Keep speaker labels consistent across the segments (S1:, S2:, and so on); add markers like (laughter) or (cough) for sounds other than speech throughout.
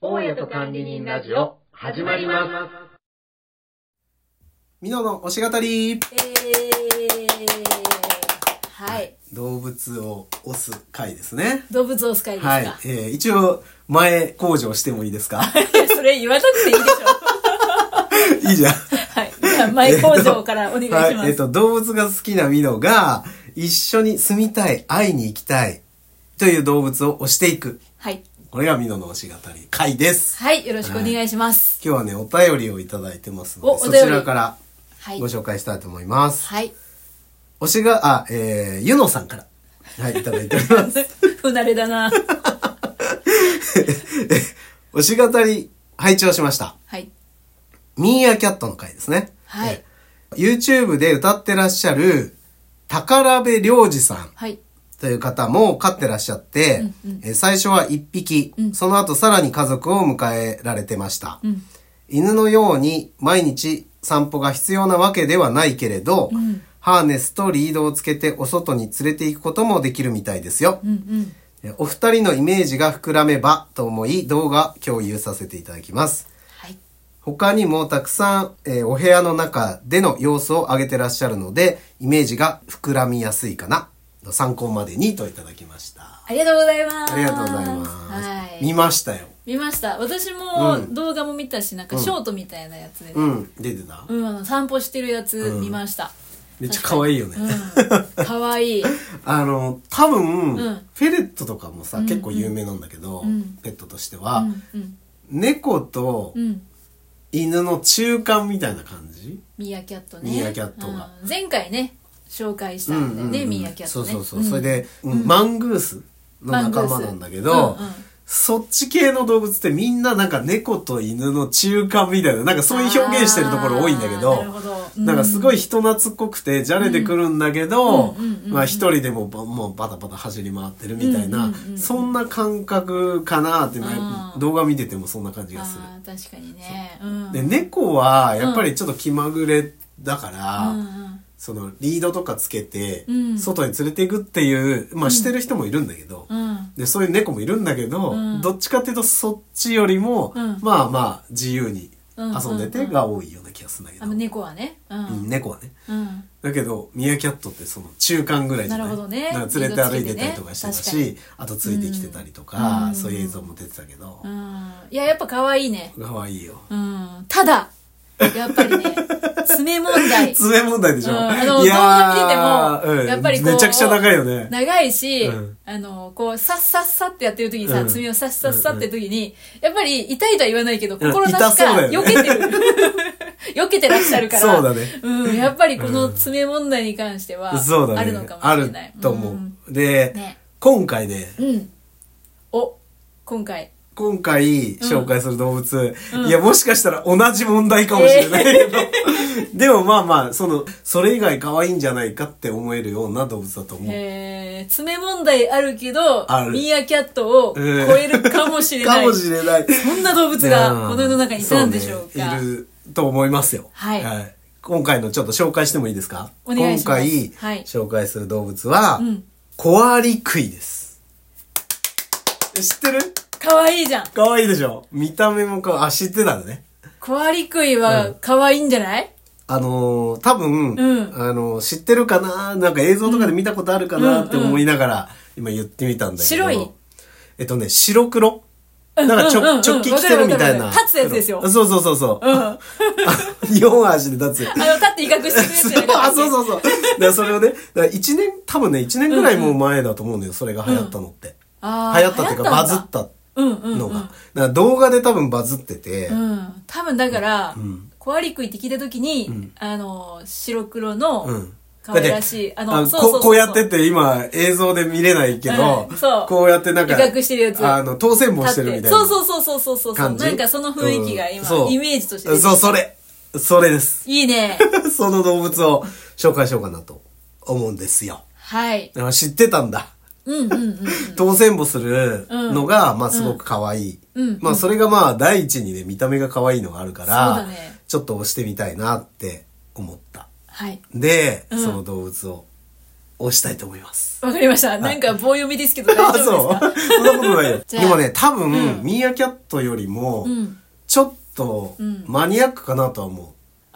S1: 屋と管理人ラジオ、始まります。
S2: ミノの推し語り
S3: えー、はい。
S2: 動物を推す回ですね。
S3: 動物を使いですか、 (laughs)
S2: はい。えー、一応、前工場してもいいですか
S3: (laughs) いやそれ言わなくていいでしょ。 (laughs)
S2: いいじゃん。
S3: はい。じゃあ、前工場からお願いします。
S2: はい。えっと、動物が好きなミノが、一緒に住みたい、会いに行きたい、という動物を推していく。
S3: はい。
S2: これがミノの推し語り回です。
S3: はい。よろしくお願いします。
S2: 今日はね、お便りをいただいてますの
S3: お
S2: で、
S3: お
S2: そ
S3: 便り
S2: ちらから
S3: はい
S2: ご。紹介したいと思います。
S3: はい。 (laughs)
S2: 推しが、あ、えー、ゆのさんから。はい、いただいており
S3: (laughs)
S2: ます。
S3: 不慣れだな。
S2: 推し語り、拝聴しました。
S3: はい。
S2: ミーアキャットの回ですね。
S3: はい
S2: えー。YouTube で歌ってらっしゃる、宝部良二さん
S3: はい。
S2: という方も飼ってらっしゃって、えー最初は1匹、その後さらに家族を迎えられてました。犬のように毎日散歩が必要なわけではないけれど、ハーネスとリードをつけてお外に連れて行くこともできるみたいですよ。えーお二人のイメージが膨らめばと思い動画共有させていただきます。
S3: はい。
S2: 他にもたくさん、えーお部屋の中での様子を挙げてらっしゃるので、イメージが膨らみやすいかな。参考までにといただきました。
S3: ありがとうございます。
S2: ありがとうございます。
S3: はい。
S2: 見ましたよ。
S3: 見ました。私も
S2: うん
S3: 動画も見たし、なんかショートみたいなやつでね。
S2: うん、出てた。
S3: うん、あの散歩してるやつ見ました。
S2: めっちゃ可愛いよね。 (laughs)
S3: うん。かわいい。
S2: あの、多分、
S3: ん
S2: フェレットとかもさ、結構有名なんだけど、ペットとしては、
S3: うん。
S2: 猫と
S3: うん。
S2: 犬の中間みたいな感じ、
S3: ミーアキャットね。
S2: ミーアキャットが
S3: うん前回ね、紹介した
S2: うん
S3: ん
S2: う
S3: だ
S2: んう
S3: よ
S2: ん
S3: ね、ミーアキャットね。
S2: そうそうそう、それで、うんマングースの仲間なんだけ
S3: マン
S2: ど、
S3: グースうんうん
S2: そっち系の動物ってみんななんか猫と犬の中間みたいななんかそういう表現してるところ多いんだけ
S3: あ
S2: ど
S3: ーなるほどうん
S2: なんかすごい人懐っこくてじゃれてくるんだけど、
S3: うんうんうんうん
S2: まあ一人でもばもうバタバタ走り回ってるみたいな、
S3: うんうんうんうん
S2: そんな感覚かなって、
S3: あー
S2: 動画見ててもそんな感じがする。
S3: あー確かにねうん
S2: で猫はやっぱりちょっと気まぐれだから、
S3: うんうん
S2: そのリードとかつけて、
S3: うん
S2: 外に連れていくっていう、まあしてる人もいるんだけど、
S3: うん
S2: で、そういう猫もいるんだけど、
S3: うん
S2: どっちかっていうとそっちよりも、
S3: うん
S2: まあまあ自由に
S3: うん
S2: 遊んでてが多いような気がするんだけど。
S3: あの猫はねう
S2: うん
S3: ん
S2: 猫はね。
S3: うん
S2: だけど、ミヤキャットってその中間ぐらいじゃない
S3: なるほどね
S2: だから連れて歩いてたりとかしてた
S3: リード
S2: し、
S3: つけてね
S2: あとついてきてたりとか、
S3: うん
S2: そういう映像も出てたけど
S3: う、んいややっぱ可愛いね
S2: 可愛いよ。
S3: うんただやっぱ
S2: (laughs)
S3: りね爪問題
S2: 爪問題でしょ、
S3: うんあの動画見ててもやっぱりこう
S2: めちゃくちゃ長いよね。
S3: 長いし、
S2: うん
S3: あのこうさっさっさってやってる時にさ、
S2: うん
S3: 爪をさっさっさって時に、やっぱり痛いとは言わないけど心な
S2: 痛
S3: し
S2: そ
S3: か
S2: うだよね
S3: 避けてる、 (laughs) 避けてらっしゃるから
S2: そうだね
S3: うん、やっぱりこの爪問題に関しては
S2: そうだね。
S3: あるのかもしれない、
S2: あると思う。
S3: ん
S2: で、
S3: ね
S2: 今回ね、
S3: うん。お、今回。
S2: 今回紹介する動物、いや、もしかしたら同じ問題かもしれないけど、 (laughs) でもまあまあ、その、それ以外可愛いんじゃないかって思えるような動物だと思う。
S3: えー、爪問題あるけど
S2: ある、
S3: ミーアキャットを超えるかもしれな
S2: か
S3: い。
S2: もしれない。
S3: そんな動物がこの世の中にいたんでしょうか。
S2: そうねいると思いますよ。
S3: はい
S2: 今回のちょっと紹介してもいいですか
S3: お願いします
S2: 今
S3: は
S2: 回
S3: い
S2: 紹介する動物は、
S3: ん
S2: コアリクイです。知ってる
S3: かわいいじゃん。
S2: 可愛いでしょ見た目もかわあ、知ってたのね。
S3: コアリクイはかわいいんじゃない、
S2: あのー多分、
S3: うん
S2: あのー知ってるかななんか映像とかで見たことあるかなって思いながら、今言ってみたんだけど。
S3: 白い
S2: えっとね、白黒なんかちょ、
S3: うんうんうん
S2: チョッキ着てるみたいな。
S3: わかるわかる立つやつですよ
S2: 黒そうそうそうそう。 (laughs) あ4足で立つ。
S3: あの、立って威嚇してるやつじゃな
S2: あ、(laughs)
S3: い
S2: そうそうそう。だからそれをね、だから一年、多分ね、1年ぐらいもう前だと思うんだよ、それが流行ったのって。
S3: あー
S2: 流行ったっていうか、
S3: 流行
S2: バ
S3: っ
S2: ズ
S3: た
S2: っ
S3: ん
S2: た
S3: うんうん。
S2: のが。だから動画で多分バズってて、
S3: うん。多分だから、コアリクイって聞いたときに、あの、白黒の
S2: うん、
S3: 可愛らしい、あの、そうそうそ
S2: こ
S3: う
S2: こうやってて今映像で見れないけど、
S3: うんそう
S2: こうやってなんか
S3: 威嚇してるやつ
S2: あの当選もしてるみたいな
S3: そうそうそうそうそうそう。
S2: 感じ
S3: なんかその雰囲気が
S2: うん
S3: 今、
S2: そう
S3: イメージとして出てきた
S2: そうそれそれです (laughs)
S3: いいね。
S2: その動物を紹介しようかなと思うんですよ
S3: はい。
S2: あ知ってたんだ
S3: うんうんうん。
S2: 当選もするのが、まあすごく可愛い、
S3: うん
S2: まあそれがまあ第一にね見た目が可愛いのがあるから
S3: そうだね
S2: ちょっと押してみたいなって思った
S3: はい。
S2: で、
S3: うん
S2: その動物を推押したいと思います。
S3: わかりました。なんか棒読みですけど
S2: (laughs)
S3: 大
S2: あ、
S3: 丈夫
S2: そ
S3: ですか
S2: う。そんなことないよ。
S3: じゃあ
S2: でもね、多分、
S3: うん
S2: ミーアキャットよりも、
S3: うん。
S2: ちょっと
S3: うん
S2: マニアックかなとは思う。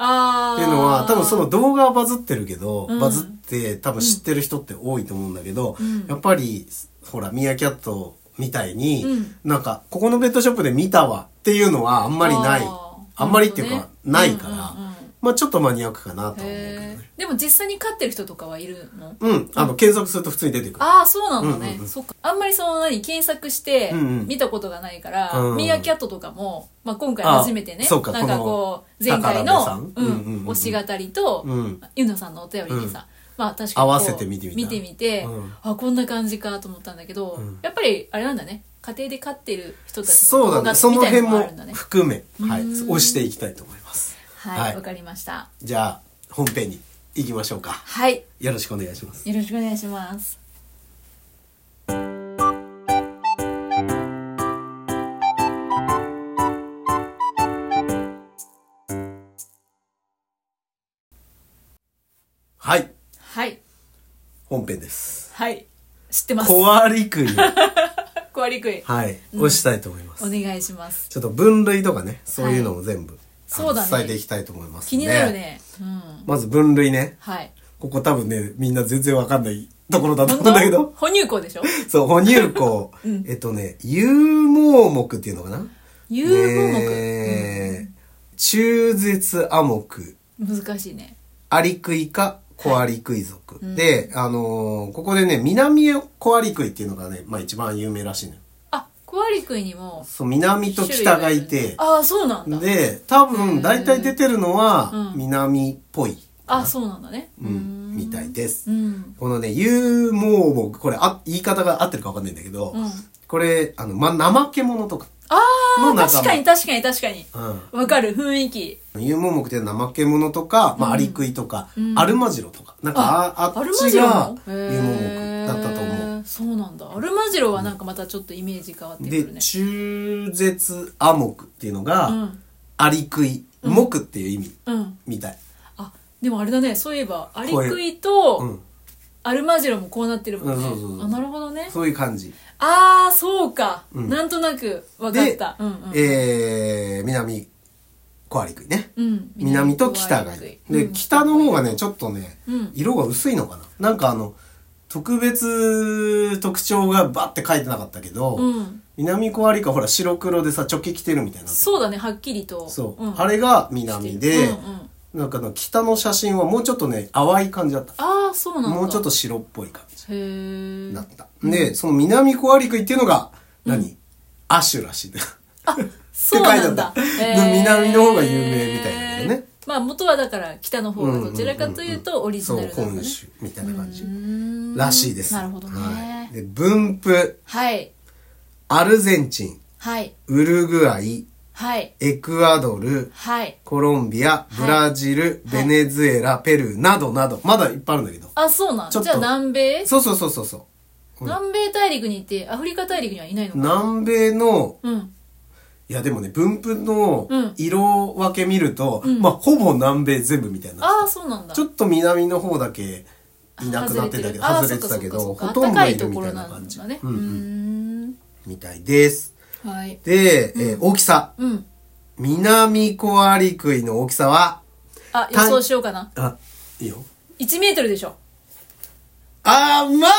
S3: ああ。
S2: っていうのは、多分その動画はバズってるけど、
S3: うん
S2: バズって多分知ってる人って多いと思うんだけど、
S3: うん
S2: やっぱり、ほら、ミーアキャットみたいに、
S3: うん
S2: なんか、ここのペットショップで見たわっていうのはあんまりない。
S3: あ
S2: あ
S3: ー
S2: んまりっていう
S3: なる
S2: か
S3: ほ、どね
S2: ないから、
S3: うんうんうん
S2: まあちょっとマニアックかなとは思うけど
S3: へ
S2: ね。
S3: ーでも実際に飼ってる人とかはいるの
S2: うん、あの、検索すると普通に出てくる。
S3: ああ、そうなんだ
S2: うん
S3: ね
S2: うんう。ん
S3: そっか。あんまりその何、検索して
S2: うんうん
S3: 見たことがないから
S2: う、ん
S3: ミーアキャットとかも、まあ今回
S2: あー
S3: 初めてね、
S2: そうか
S3: なんかこう、
S2: この
S3: 前
S2: 高
S3: 回
S2: 田部さん
S3: の、う
S2: うんうんうん
S3: ん、推し語りと
S2: うん、
S3: ゆのさんのお便りにさ、まあ確かにこう
S2: 合わせて見てみた
S3: 見てみて
S2: うん、
S3: あ、こんな感じかと思ったんだけど
S2: ん、
S3: やっぱりあれなんだね、家庭で飼ってる人たちの
S2: そうだ
S3: 動画
S2: ね。その
S3: みたい
S2: 辺
S3: なのがあ
S2: も
S3: るんだね。
S2: 含め、はい、
S3: うん
S2: 押していきたいと思います。
S3: は、
S2: はいい
S3: わかりました。
S2: じゃあ、本編に行きましょうか。
S3: はい、
S2: よろしくお願いします。
S3: よろしくお願いします。
S2: はい、
S3: はい。
S2: 本編です。
S3: はい。知ってます。
S2: コアリクイを、
S3: コアリクイ。
S2: (laughs) はい、押したいと思います。
S3: お願いします。
S2: ちょっと分類とかね、そういうのも全部、あの
S3: そうだね
S2: 伝えていきたいと思います
S3: 気
S2: んで
S3: になる。ね。うん。
S2: まず分類ね。
S3: はい。
S2: ここ多分ね、みんな全然わかんないところだと思うんだけど。
S3: 哺乳綱でしょ
S2: (laughs) そう、哺乳綱、えっとね、有毛目っていうのかな
S3: 有毛
S2: ねえ中絶亜目、
S3: 目。難しいね。
S2: アリクイかコアリクイ族。で、あのーここでね、南コアリクイっていうのがね、まあ一番有名らしいの、よ。
S3: あ、コアリクイにも。
S2: そう、南と北がいて、
S3: ああ、そうなんだ。
S2: で多分大体出てるのは
S3: うん
S2: 南っぽい、
S3: あ、そうなんだね。
S2: うんみたいです、
S3: うん。
S2: このね「有毛木」これあ言い方が合ってるか分かんないんだけど、
S3: うん
S2: これあの、ま、怠け者とか
S3: あ
S2: の
S3: あ、
S2: 仲間
S3: 確かに確かに確かに。わかる、雰囲気。
S2: 有毛木って怠け者とか、まあ、アリクイとか、アルマジロとかなんかああ
S3: アル
S2: っ
S3: マ
S2: ち
S3: ジロ
S2: が
S3: も
S2: 有毛木だったと思う
S3: う。そうなんだ。アルマジロはなんかまたちょっとイメージ変わってく
S2: で
S3: るね。
S2: 中絶亜木っていうのが、
S3: うん
S2: アリクイ木っていう意味
S3: うん。
S2: みたい、
S3: あ、でもあれだね、そういえば、アリ
S2: こういう
S3: クイと、
S2: うん
S3: アルマジロもこうなってるもんね。
S2: うんそうそうそう
S3: あなるほどね。
S2: そういう感じ
S3: ああ、そうか、
S2: うん
S3: なんとなく分かっ
S2: で
S3: た。うんうん。
S2: えー南コアリクイね、
S3: うん
S2: 南と北がいるで北の方がねちょっとね、
S3: うん
S2: 色が薄いのかななんかあの特別特徴がバッて書いてなかったけど、
S3: うん
S2: 南コアリクイはほら白黒でさ直径着てるみたいな
S3: そうだね、はっきりと。
S2: そう、
S3: ん
S2: あれが南で、
S3: うんうん
S2: なんかの北の写真はもうちょっとね淡い感じだった
S3: ああ、そうなんだ。
S2: もうちょっと。白っぽい感じ
S3: へえ
S2: だ。った、でその南コアリクイっていうのが何、アシュらしいね
S3: そうなんだ。
S2: って書いてあった
S3: へー
S2: 南の方が有名みたいなんだよね。
S3: まあ元はだから北の方がどちらかというとオリジナルなんだ
S2: そう
S3: ね。
S2: 本州みたいな感じ
S3: うーん
S2: らしいです
S3: なるほど
S2: はい、で
S3: ね。
S2: 分布
S3: はい。
S2: アルゼンチン
S3: はい。
S2: ウルグアイ
S3: はい。
S2: エクアドル
S3: はい。
S2: コロンビアブラジル、
S3: は
S2: ベ
S3: い
S2: ネズエラペルーなどなどまだいっぱいあるんだけど
S3: あ、そうなん
S2: ちょ
S3: だ。
S2: っ
S3: じ
S2: と
S3: ゃあ南米
S2: そうそうそうそうそう
S3: 南米大陸に行って、アフリカ大陸にはいないのか
S2: 南米の
S3: うん。
S2: いやでもね分布の
S3: うん
S2: 色分け見ると、まあほぼ南米全部みたいな
S3: ああ、そうなんだ。
S2: ちょっと南の方だけいなくなってたけど
S3: あ
S2: 外れてたけ
S3: そ
S2: ど
S3: っ
S2: ほ
S3: かそっか
S2: とんどいる
S3: あったかいとこ
S2: みた
S3: ろ
S2: い
S3: な
S2: なん感じ
S3: だね。
S2: う
S3: うんん
S2: うん
S3: ん。
S2: みたいです
S3: はい。
S2: で、えー大きさ
S3: うん。
S2: 南コアリクイの大きさは、
S3: あ、予想しようかな。
S2: あ、いいよ。
S3: 1メートルでしょ。
S2: あー、まあ、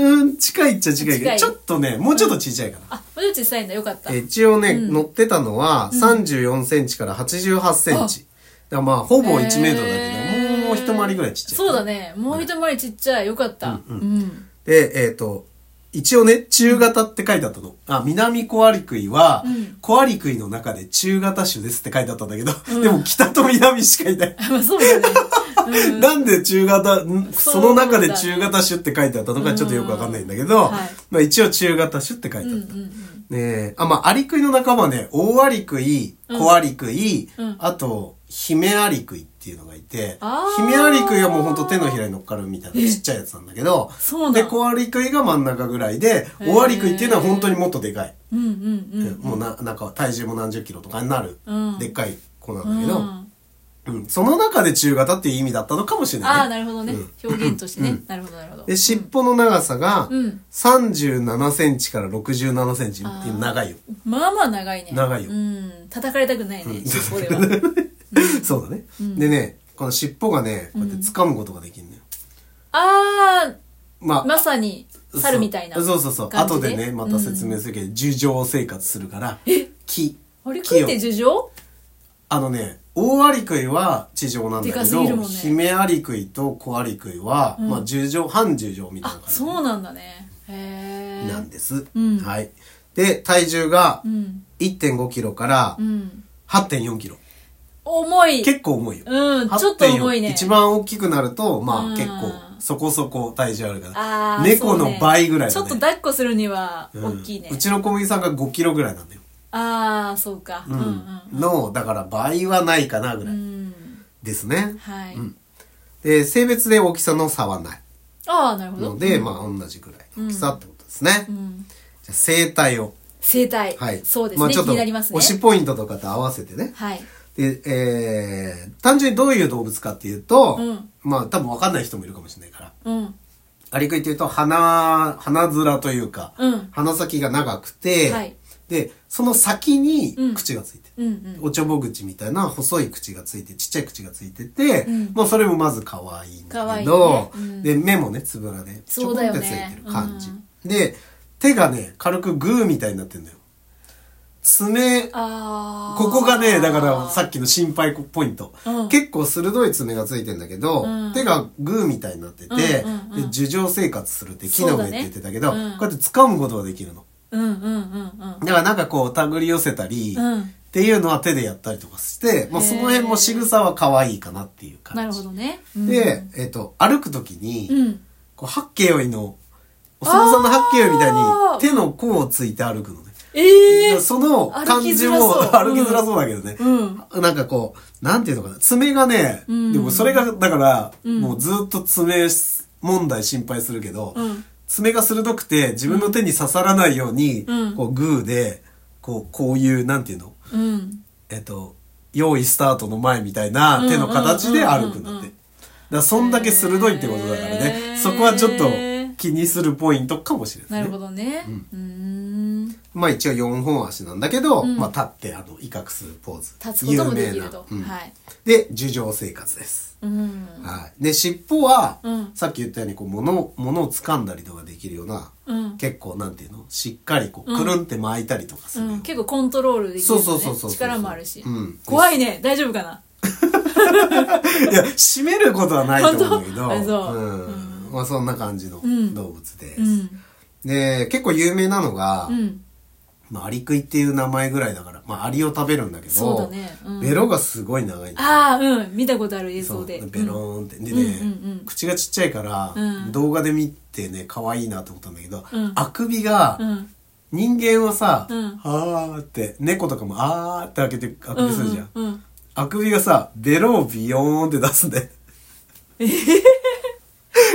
S2: うん、近いっちゃ近いけ
S3: 近
S2: ど、
S3: い
S2: ちょっとね、もうちょっと小さいかな。
S3: あ、もうちょっと小さいんだ。よかった。
S2: え一応ね、乗ってたのは34センチから88センチ。だからまあ、ほぼ1メートルだけど、もう一回りぐらいちっちゃい。
S3: そうだね。もう一回りちっちゃい。よかった。うん。 (laughs)
S2: で、えっ、と、一応ね、中型って書いてあったの。あ、南コアリクイは、コアリクイの中で中型種ですって書いてあったんだけど、でも北と南しかいない。
S3: まあそうだね。
S2: なんで中型、ん
S3: そう
S2: その中で中型種って書いてあったのかちょっとよくわかんないんだけど、
S3: うんはい
S2: まあ一応中型種って書いてあった。ねえあ、まあ、アリクイの仲間ね、大アリクイ、小アリクイ、
S3: うん
S2: あと、ヒメアリクイっていうのがいて
S3: あ、ー
S2: ヒメアリクイはもうほんと手のひらに乗っかるみたいなちっちゃいやつなんだけど
S3: そうな、ん
S2: で、小アリクイが真ん中ぐらいで、大アリクイっていうのは本当にもっとでかい。
S3: うんうん
S2: もうな、なんか体重も何十キロとかになる、
S3: うん
S2: でっかい子なんだけど、
S3: うん。
S2: うんその中で中型っていう意味だったのかもしれ
S3: あ
S2: な
S3: あ
S2: い、ね。
S3: なるほどね、表現としてね、なるほどなるほど
S2: で、尻尾の長さが
S3: うん
S2: 37センチから67センチ。
S3: あー
S2: 長いよ。
S3: まあまあ長いね
S2: 長いよ
S3: うん叩かれたくないね、そこでは
S2: (laughs) そうだね、でね、この尻尾がね、こうやって掴むことができるのよ。
S3: あ
S2: ま
S3: あまさに猿みたいな
S2: そうそうそうそう。
S3: 感
S2: 後で
S3: じ
S2: ね、また説明するけど、樹上生活するから、木。
S3: うん、あれ食いて
S2: 木を
S3: 樹上
S2: あのね、大アリクイは地上なんだ
S3: でか
S2: け
S3: すぎる
S2: ど、
S3: もんね
S2: ヒメアリクイとコアリクイは、まあ、十畳、半十畳みたいな
S3: あ
S2: 感じ
S3: そうなんだねへえ
S2: なんです。
S3: ん
S2: はい。で、体重が
S3: うん
S2: 1.5キロから
S3: うん
S2: 8.4キロ。
S3: 重い
S2: 結構重いよ。
S3: うん
S2: 8.4
S3: ちょっと重いね
S2: 一番大きくなると、
S3: う
S2: ま
S3: ん
S2: あ結構、そこそこ体重あるから
S3: あ。ー
S2: 猫
S3: そう
S2: の
S3: ね
S2: 倍ぐらいだね。
S3: ちょっと抱っこするには
S2: う
S3: 大
S2: ん
S3: きいね、
S2: うちの小麦さんが5キロぐらいなんだよ。
S3: ああそうかうんうん
S2: の、だから倍はないかなぐら
S3: う
S2: い
S3: ん
S2: ですね。
S3: はい、
S2: で、性別で大きさの差はない。
S3: ああなるほど
S2: ので、まあ同じぐらいの大きさってことですね。じ
S3: ん
S2: ゃあ生態を。
S3: 生態、
S2: はい。
S3: そうですね、
S2: まあちょっ
S3: 気
S2: と、
S3: になりますね
S2: 推しポイントとかと合わせてね。
S3: はい
S2: で、えー、単純にどういう動物かっていうと、
S3: うん
S2: まあ多分わかんない人もいるかもしれないから。
S3: うん
S2: アリクイっていうと鼻、鼻面というか、
S3: うん
S2: 鼻先が長くて、
S3: はい
S2: で、その先に
S3: うん
S2: 口がついてる。
S3: うんうん
S2: おちょぼ口みたいな細い口がついてちっちゃい口がついてて、
S3: うん
S2: まあそれもまず可愛いんだけ
S3: 可
S2: ど、
S3: 愛いねうん
S2: で目もねつぶらでちょ
S3: そ
S2: こ
S3: う
S2: っ
S3: んだよ
S2: て
S3: ね
S2: ついてる感じ、で手がね軽くグーみたいになってんだよ爪
S3: ああ
S2: ここがねだからさっきの心配ポイント、
S3: うん
S2: 結構鋭い爪がついてんだけど、
S3: うん
S2: 手がグーみたいになってて、
S3: うんうんうん
S2: で樹上生活するって木の上って言ってたけど、
S3: そうだねうん
S2: こうやって掴むことができるの
S3: うんうんうん
S2: だからなんかこう手繰り寄せたり、
S3: うんうん
S2: っていうのは手でやったりとかして、まあ、
S3: へー
S2: その辺も仕草は可愛いかなっていう
S3: な
S2: 感
S3: る
S2: じ。
S3: ほどね、うん、
S2: で、えっ、と、歩くときに、
S3: うん
S2: こう、八景追の、お相撲さんの八景追みたいに
S3: あー
S2: 手の甲をついて歩くのね。
S3: ええー、
S2: その感じも
S3: 歩
S2: 歩
S3: き
S2: き
S3: づ
S2: づ
S3: ら
S2: ら
S3: そ
S2: そうだけどね。
S3: うん
S2: なんかこう、なんていうのかな、爪がね、
S3: うん
S2: でもそれが、だから、
S3: うん
S2: もうずっと爪問題心配するけど、
S3: うん
S2: 爪が鋭くて自分の手に刺さらないように、
S3: うん
S2: こうグーで、こう、こういう、なんていうの
S3: うん
S2: えっと、用意スタートの前みたいな手の形で歩くんだ
S3: うん
S2: っ
S3: うんうんうんうん
S2: て。だからそんだけ鋭いってことだから
S3: へー
S2: ね。そこはちょっと気にするポイントかもしれな、
S3: ないる
S2: ね。
S3: ほどねうーん
S2: まあ一応4本足なんだけど、
S3: ん
S2: まあ立ってあの威嚇するポーズ。
S3: 立つこともでき
S2: 有名
S3: る
S2: な
S3: と、
S2: うん
S3: はい
S2: で、樹上生活です。
S3: うん
S2: はい。で、尻尾は、
S3: うん
S2: さっき言ったようにこう物、物を掴んだりとかできるような、
S3: うん
S2: 結構なんていうのしっかりこう、くるんって巻いたりとかす
S3: う
S2: るような、
S3: ん、結構コントロールできる、ね、
S2: そうそうそうそうそう
S3: 力もあるし、
S2: うん
S3: 怖いね大丈夫かない
S2: や、締めることはないと思うんだけど、
S3: 本当あそう
S2: うんまあそんな感じの
S3: ん
S2: 動物です。
S3: うん
S2: で、結構有名なのが、
S3: うん
S2: まあ、アリクイっていう名前ぐらいだから、まあ、アリを食べるんだけど、
S3: そうだねうん
S2: ベロがすごい長いんだよ
S3: ああうん見たことある映
S2: そ
S3: 像
S2: うベ
S3: で
S2: ロ
S3: う
S2: ーン
S3: ん
S2: って。でね、
S3: うんうんうん
S2: 口がちっちゃいから、
S3: うん
S2: 動画で見てね、可愛いなと思ったんだけど、
S3: うん
S2: あくびが、
S3: うん
S2: 人間はさ、
S3: うん
S2: あーって、猫とかもあーって開けてあくびするじゃん。
S3: うんうんうん
S2: あくびがさ、ベロをビヨーンって出すんだよ。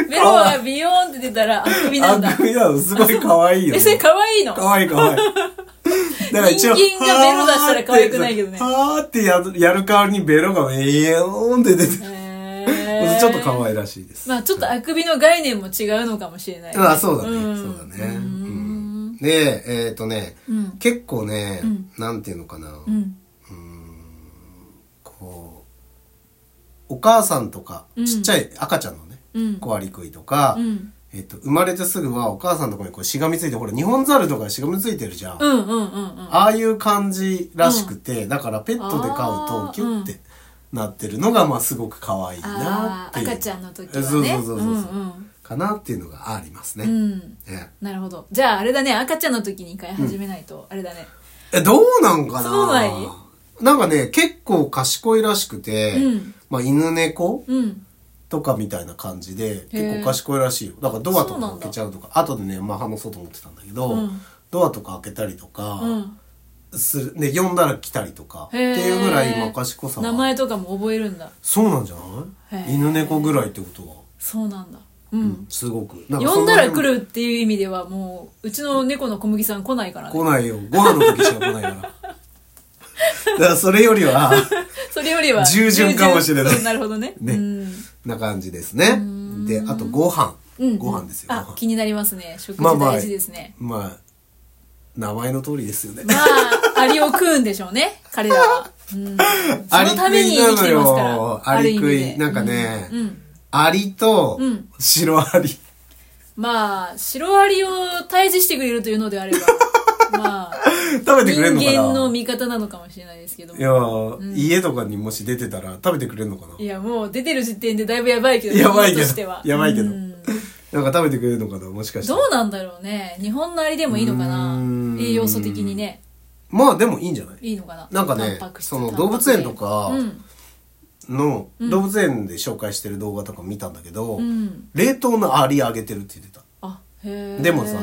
S3: ベロがビヨーンって出たらあくびなんだ
S2: あくびなの、すごい可愛いよ、ね。
S3: えそれ可愛いの
S2: かわいいかわいい。だ
S3: 人間がベロ出したら可愛くないけどね
S2: はーってやるやる代わりにベロがええーんって出てる。
S3: へー
S2: ちょっと可愛らしいです。
S3: まあちょっとあくびの概念も違うのかもしれない、
S2: あ、そうだね。
S3: うん
S2: そうだね。う
S3: う
S2: んんで、えっ、とね、
S3: うん
S2: 結構ね、
S3: ん
S2: なんていうのかな、
S3: うん
S2: こう、お母さんとか、
S3: うん
S2: ちっちゃい赤ちゃんのね、
S3: うん
S2: コアリクイとか、
S3: うん
S2: えっと、生まれてすぐはお母さんのとこにこうしがみついて、ほら、日本ザルとかにしがみついてるじゃん。
S3: うんうんうんうん
S2: ああいう感じらしくて、だからペットで飼う
S3: あー
S2: とキュッてなってるのが、まあすごく可愛いな
S3: あ
S2: って
S3: ー
S2: いう。
S3: 赤ちゃんの時は
S2: え
S3: ね
S2: そうそうそうそう。
S3: うん
S2: かなっていうのがありますね。
S3: うんうん
S2: え
S3: なるほどじゃああれだね赤ちゃんの時に一回始めないと、あれだね
S2: え、どうなんかな
S3: そうなんや
S2: なんかね、結構賢いらしくて、
S3: うん
S2: まあ犬猫
S3: うん
S2: とかみたいな感じで、
S3: へー
S2: 結構賢いらしいよ。だからドアと
S3: そうなん
S2: か
S3: だ
S2: 開けちゃうとか、後でね、マハの外持ってたんだけど、
S3: うん
S2: ドアとか開けたりとか、
S3: うん
S2: する、で、呼んだら来たりとか、って
S3: へー
S2: いうぐらい、まあ賢さは。
S3: 名前とかも覚えるんだ
S2: そうなんじゃ
S3: へ
S2: な
S3: ー
S2: い犬猫ぐらいってことは、
S3: そうなんだうん、
S2: すごく。なか
S3: 呼んだら
S2: その
S3: 来
S2: 辺
S3: るっていう意味ではもううちの猫の小麦さん来ないからね (laughs)
S2: 来ないよ。ご飯の時しか来ないから。だからそれよりは、
S3: それよりは
S2: 従順かもしれない
S3: 従順そうなるほどね
S2: ね
S3: うん
S2: な感じですね。で、あとご飯。
S3: うん
S2: ご飯ですよ。
S3: あ
S2: ご飯
S3: 気になりますね食事
S2: まあまあ
S3: 大事ですね、
S2: まあ、名前の通りですよね。
S3: まあ、アリを食うんでしょ
S2: (laughs)
S3: うね彼らは、うん、そのために生きてますから
S2: アリ食
S3: ある意味
S2: い。
S3: で
S2: なんかね
S3: う、ん
S2: アリと
S3: うん
S2: 白アリ。
S3: まあシロアリを退治してくれるというので
S2: (laughs)
S3: あればまあ
S2: 食べてくれんのかな
S3: 人間の味方なのかもしれないですけども
S2: いやー、家とかにもし出てたら食べてくれるのかない
S3: やもう出てる時点でだいぶやばいけど
S2: やばいけど
S3: 日本としては
S2: やばいけど
S3: うん
S2: なんか食べてくれるのかなもしかして
S3: どうなんだろうね日本のアリでもいいのか
S2: う
S3: な
S2: ーん
S3: 栄養素的にね
S2: まあでもいいんじゃない
S3: いいのかな
S2: な
S3: なん
S2: かねその動物園とか
S3: うん
S2: の、動物園で紹介してる動画とか見たんだけど、
S3: うん
S2: 冷凍のアリあげてるって言ってた
S3: あへえ
S2: でもさ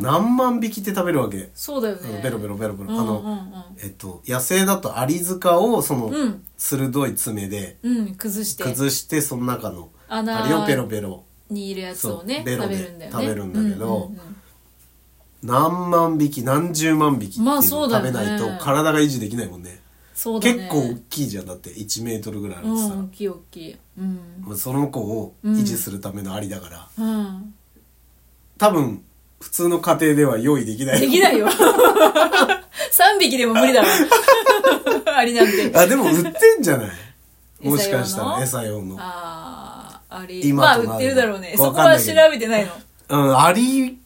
S2: 何万匹って食べるわけ
S3: そうだよ
S2: あの
S3: ね
S2: ベロベロベロベロ、
S3: うん
S2: あ
S3: うんう
S2: の、
S3: ん
S2: えっと野生だとアリ塚をその、
S3: うん
S2: 鋭い爪で
S3: うん崩して
S2: 崩してその中の
S3: 穴
S2: アリをペロペロ
S3: にいるやつを
S2: そ
S3: ね
S2: うベロ
S3: 食
S2: で
S3: べるんだよね
S2: 食べるんだけど
S3: うんうんうん
S2: 何万匹何十万匹っていうの
S3: ま
S2: を
S3: あそ
S2: 食
S3: うだよ
S2: べ
S3: ね
S2: ないと体が維持できないもんね
S3: そうだね
S2: 結構大きいじゃんだって1メートルぐらいある
S3: う
S2: しさ、
S3: ん大きい大きいうん
S2: もうその子を維持するためのアリだから、
S3: うん
S2: 多分普通の家庭では用意できない
S3: できないよ (laughs) 三匹でも無理だ (laughs) わアリなんて
S2: あでも売ってんじゃ
S3: (laughs)
S2: ないもしかしたら餌
S3: 餌
S2: 用の
S3: あああり
S2: 今
S3: まあ
S2: となれば
S3: 売ってるだろうね
S2: わ
S3: そこ
S2: かんな
S3: はい
S2: け
S3: 調
S2: ど
S3: べてないの
S2: うんアリ